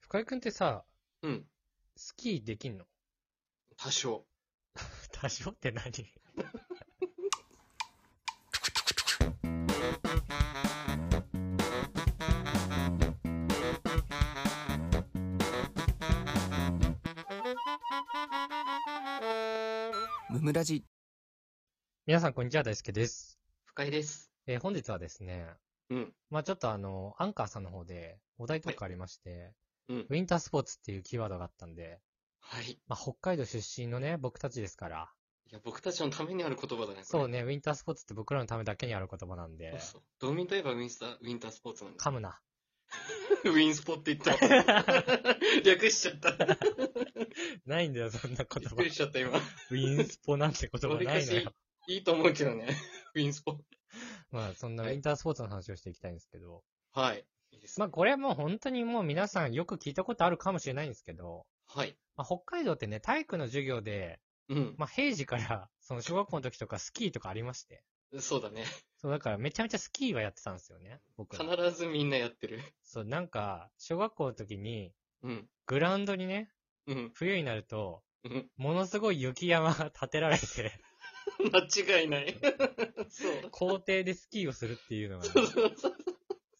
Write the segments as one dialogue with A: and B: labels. A: 深井くんってさ、
B: うん。
A: スキーできんの
B: 多少。
A: 多少って何
C: ムムラジ
A: 皆さん、こんにちは。大輔です。
B: 深いです。
A: えー本日はですね、
B: うん。
A: まあちょっとあの、アンカーさんの方でお題とかありまして、
B: うん。
A: ウィンタースポーツっていうキーワードがあったんで、
B: はい。い
A: まあ北海道出身のね、僕たちですから、
B: や、僕たちのためにある言葉だね。これ
A: そう。ね、ウィンタースポーツって僕らのためだけにある言葉なんで
B: そう、そう。道民といえばウィンスター、ウィンタースポーツなん だ。
A: 噛むな。
B: ウィンスポって 言った。略しちゃった。
A: ないんだよ、そんな
B: び
A: 言
B: っ
A: 葉
B: く。りしちゃった、今。
A: ウィンスポなんて言葉ないの
B: どれ
A: よ
B: か。いいと思うけどね。ウィンスポ。
A: まあそんなウィンタースポーツの話をしていきたいんですけど、
B: はい。いいです。
A: まあこれはもう本当にもう皆さんよく聞いたことあるかもしれないんですけど、
B: はい。
A: まあ、北海道ってね、体育の授業で、
B: うん。
A: まあ、平時から、その小学校の時とかスキーとかありまして。
B: そうだね。
A: そう、だからめちゃめちゃスキーはやってたんですよね、僕ら
B: 必ずみんなやってる。
A: そう、なんか、小学校の時に、
B: うん。
A: グラウンドにね、
B: うん。
A: 冬になると、
B: うん。
A: ものすごい雪山が 建てられて、
B: 間違い ない。そう。
A: 校庭でスキーをするっていうのが ね、
B: そうそうそう。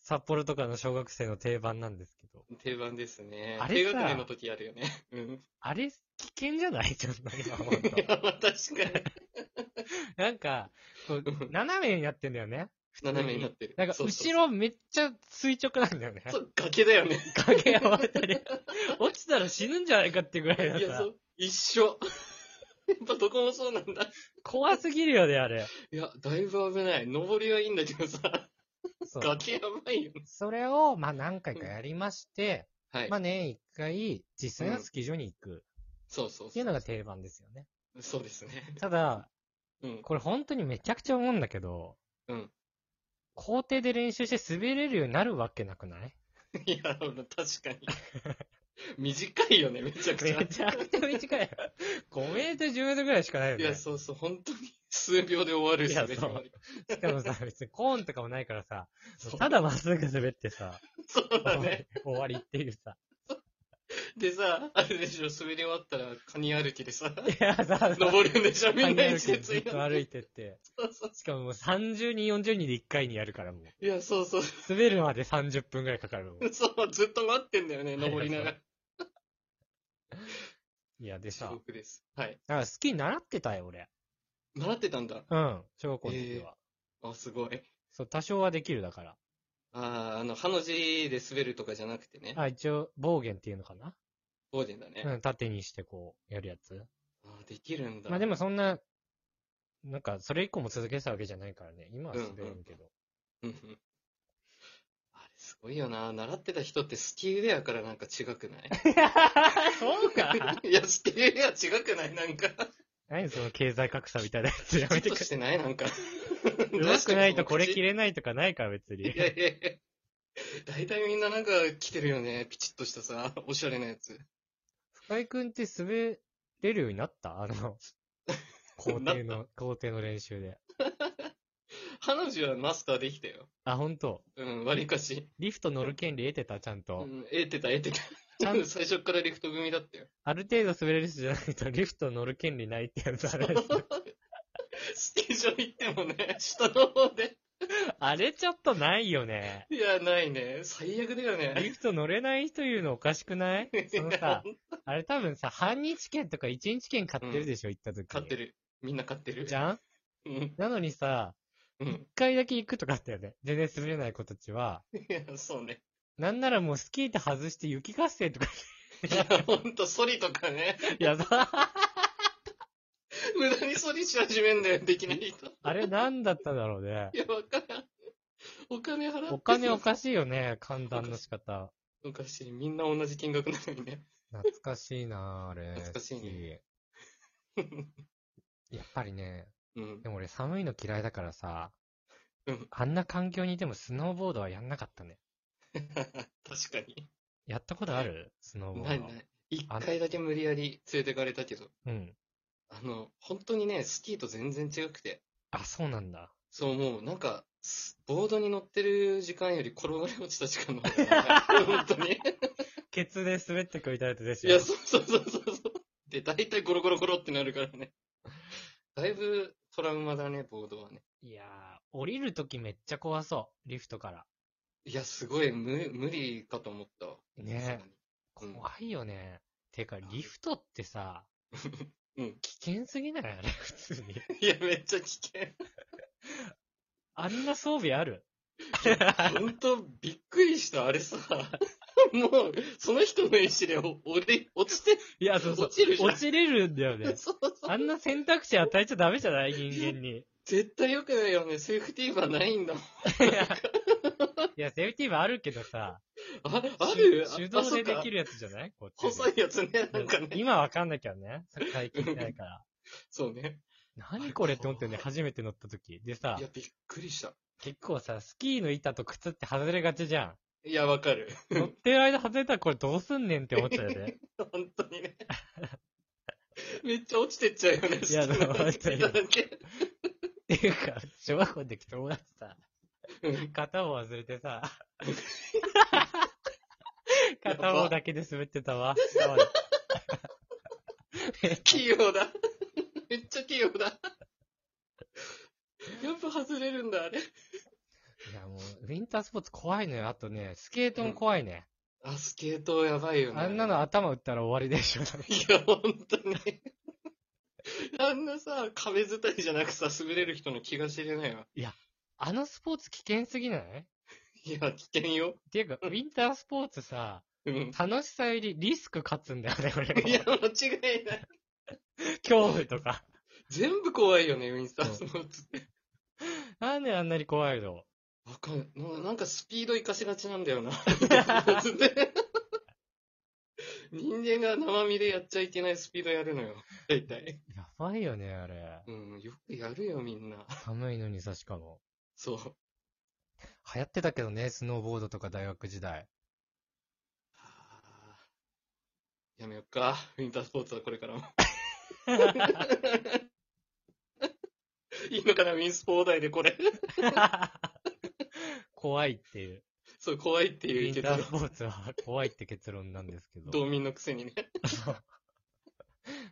A: 札幌とかの小学生の定番なんですけど。
B: 定番ですね。
A: あれ
B: 低
A: さ
B: 学年の時やるよね。うん。
A: あれ、危険じゃない ちょっと今思う
B: い
A: と。
B: や、まあ 確かに。
A: なんか、こう斜めになってんだよね。
B: 斜めになってる。
A: なんか、
B: そうそう
A: 後ろめっちゃ垂直なんだよね。
B: そう、崖だよね。
A: 影を渡り、 落ちたら死ぬんじゃないかってぐらいだ
B: い
A: った
B: や、そう。一緒。 やっぱどこもそうなんだ。
A: 怖すぎるよね、あれ。
B: いや、だいぶ危ない。登りはいいんだけどさ、
A: そう。
B: 崖やばいよね。
A: それを、まあ何回かやりまして、
B: はい。
A: まあ年一回、実際のスキー場に行く
B: そうそう
A: って
B: そ
A: いう
B: う。
A: のが定番ですよね。
B: そうですね。
A: ただ、
B: うん。
A: これ本当にめちゃくちゃ思うんだけど、
B: うん。
A: 校庭で練習して滑れるようになるわけなくない
B: いや、確かに。短いよね、めちゃくちゃ。
A: めちゃくちゃ短い。5メートル、10メートルぐらいしかないよ
B: い
A: ね。
B: や、
A: し
B: そうそう、本当に数秒で終わるし、
A: いや
B: ね、
A: そうかもさ、別にコーンとかもないからさ、
B: そう
A: ただまっすぐ滑ってさ、
B: そうだね。
A: 終わりっていうさ。
B: でさ、あれでしょ、滑り終わったら、カニ歩きでさ、
A: いや、さ、
B: 登るんでしょ、みんな一
A: て
B: 列
A: ずっ
B: に
A: と
B: なっ
A: 歩
B: て。
A: いてって。
B: そうそう
A: しかももう30人、40人で1回にやるからもう。
B: いや、そうそう。
A: 滑るまで30分ぐらいかかるもん。
B: そう、ずっと待ってんだよね、登りながら。
A: いや、で
B: 地
A: さ、だ
B: 獄です。はい。
A: から好きに習ってたよ、俺。
B: 習ってたんだ。
A: うん、小学校の時は。
B: あ、すごい。
A: そう、多少はできるだから。
B: あーあの、ハの字で滑るとかじゃなくてね。
A: あ、一応、暴言っていうのかな
B: ボーデンだね。
A: うん、縦にしてこう、やるやつ。
B: あーできるんだ。
A: まあでもそんな、なんか、それ以降も続けてたわけじゃないからね。今は滑るけど。
B: うんうん。あれ、すごいよな。習ってた人ってスキーウェアからなんか違 くない
A: そうか
B: いや、スキーウェア違くないなんか。
A: 何その経済格差みたいなやつや
B: ちょ
A: め
B: って と
A: くれ
B: してないなんか。
A: うまくないとこれ着
B: る。
A: れないとかないから別に
B: い。やいやいや。大体みんななんか着てるよね。ピチッとしたさ、おしゃれなやつ。
A: 深井くんって滑れるようになったあ の、校庭の、校庭の練習で。
B: ハの字はマスターできたよ。
A: あ、ほんと。
B: うん、わりかし。
A: リフト乗る権利得てたちゃん
B: う
A: と。
B: ん、得てた、得てた。
A: ちゃん
B: 最初からリフト組だったよ。
A: ある程度滑れる人じゃないとリフト乗る権利ないってやつあれ。
B: スキー場行ってもね、下の方で。
A: あれちょっとないよね。
B: いや、ないね。最悪だよ
A: リ
B: ね。
A: フト乗れない人いうのおかしく ないそのさ、あれ多分さ、半日券とか一日券買ってるでしょ、行った時に。
B: 勝って
A: る。
B: る。みんな勝ってる。
A: じゃん
B: うん。
A: なのにさ、
B: うん。
A: 一回だけ行くとかあったよね。全然滑れない子たちは。
B: いや、そうね。
A: なんならもうスキーって外して雪合戦とか。
B: いや、ほんと、ソリとかね。
A: いや、さ、
B: 無駄にソリし始めんだよ、できない人。
A: あれ何だったんだろうね。
B: いや、わからん。お金払って。
A: お金お
B: おか
A: かしいよね、寒暖の仕方。
B: しい。みんな同じ金額なのにね。
A: 懐かしいなあれ。
B: 懐かしいね
A: 好き。やっぱりね、
B: うん。
A: でも俺寒いの嫌いだからさ、
B: うん
A: あんな環境にいてもスノーボードはやんなかったね。
B: 確かに。
A: やったことあるスノーボード。
B: ないない。一回だけ無理やり連れてかれたけど。
A: うん。
B: あの、本当にね、スキーと全然違くて。
A: あ、そうなんだ。
B: そう、もうなんか、 すボードに乗ってる時間より転がり落ちた時間の方が長い。本当に。
A: ケツで滑ってくみたいなやつでし
B: い
A: ょ
B: や、。そうそうそうそうそう。で、大体ゴロゴロゴロってなるからね。だいぶトラウマだね、ボードはね。
A: いやー、降りるときめっちゃ怖そう。リフトから。
B: いや、すごい、無無理かと思ったわ。
A: ね
B: さすがにうん
A: 怖いよね。てか、リフトってさ、
B: うん
A: 危険すぎないあれ、普通に。
B: いや、めっちゃ 危険。
A: あんな装備ある
B: ほんと、びっくりした。あれさ、もう、その人の意思でおおで落ちて、
A: いや、そうそう。
B: 落ちるじゃん。
A: 落ちれるんだよね
B: そうそう
A: あんな選択肢与えちゃダメじゃない人間 に。
B: 絶対良くないよね。セーフティーバーないんだもん。
A: いや、いやセーフティーはあるけどさ、
B: あ、ある
A: 手手動ででき
B: る。
A: るやつじゃないこっちで
B: 細いやつね、なんかね。
A: 今わかんなきゃね。最近ないから。
B: そうね。
A: 何これって思ったよね、初めて乗った時。でさ
B: い、や、びっくりした。
A: 結構さ、スキーの板と靴って外れがちじゃ
B: いや、わかる。
A: ん。乗ってる間外れたらこれどうすんねんって思っちゃうよね。
B: 本当 にね。めっちゃ落ちてっちゃうよね。
A: いやでも
B: 好きなだけ。
A: っていうか、小学校の時友達さ、
B: うん
A: 片方忘れて さ、片方だけで滑ってたわ。
B: 器用だ。 めっちゃ器用だ。やっぱ外れるんだ、あれ。
A: いやもう、ウィンタースポーツ怖いのよ。あとね、スケートも怖いね。
B: あ、スケートやばいよね。
A: あんなの頭打ったら終わりでしょ。
B: いや、本当に。 あんなさ、壁伝いじゃなくさ、滑れる人の気が知れないわ。
A: あのスポーツ危険すぎないっ
B: いや、危険よ。
A: ていうか、ウィンタースポーツさ、
B: うん。
A: 楽しさよりリスク勝つんだよね、俺も
B: いや、間違いない。
A: 恐怖とか。
B: 全部怖いよね、ウィンスタースポーツって。
A: なんであんなに怖いの
B: わかんななんかスピード活かしがちなんだ よな。ウ ィンスタースポーツって人間が生身でやっちゃいけないスピードやるのよ。大体。
A: やばいよね、あれ。
B: うん、よくやるよ、みんな。
A: 寒いのにさ、しかも。
B: そう。
A: 流行ってたけどね、スノーボードとか大学時代。
B: あーやめよっか。ウィンタースポーツはこ れからも。いいのかな、ウィンスポーダイでこれ。
A: 怖いっていう。
B: そう、怖いって
A: ウ
B: いう
A: ィン
B: 結
A: タ
B: 論
A: ースポーツは怖いって結論なんですけど。
B: 道民のくせにね。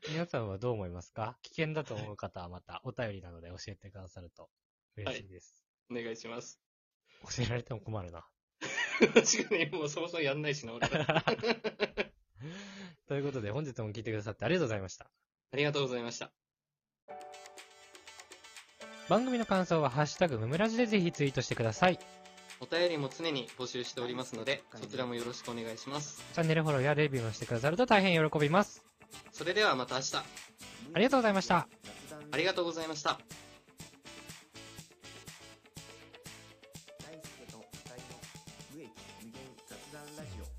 A: 皆さんはどう思いますか危険だと思う方はまたお便りなどで教えてくださると嬉しいです。
B: お願いします。
A: 教えられても困るな。
B: 確かに、もうそもそもやんないしな、俺ら。あ
A: ということで本日も聞いてくださってありがとうございました。
B: りがとうございました。
A: 番組の感想はハッシュタグムムラジでぜひツイートしてください。
B: お便りも常に募集しておりますので、そちらもよろしくお願いします。
A: チャンネルフォローやレビューもしてくださると大変喜びます。
B: それではまた明日、
A: ありがとうございました。
B: ありがとうございました。
C: 大輔と二人の無益無限雑談ラジオ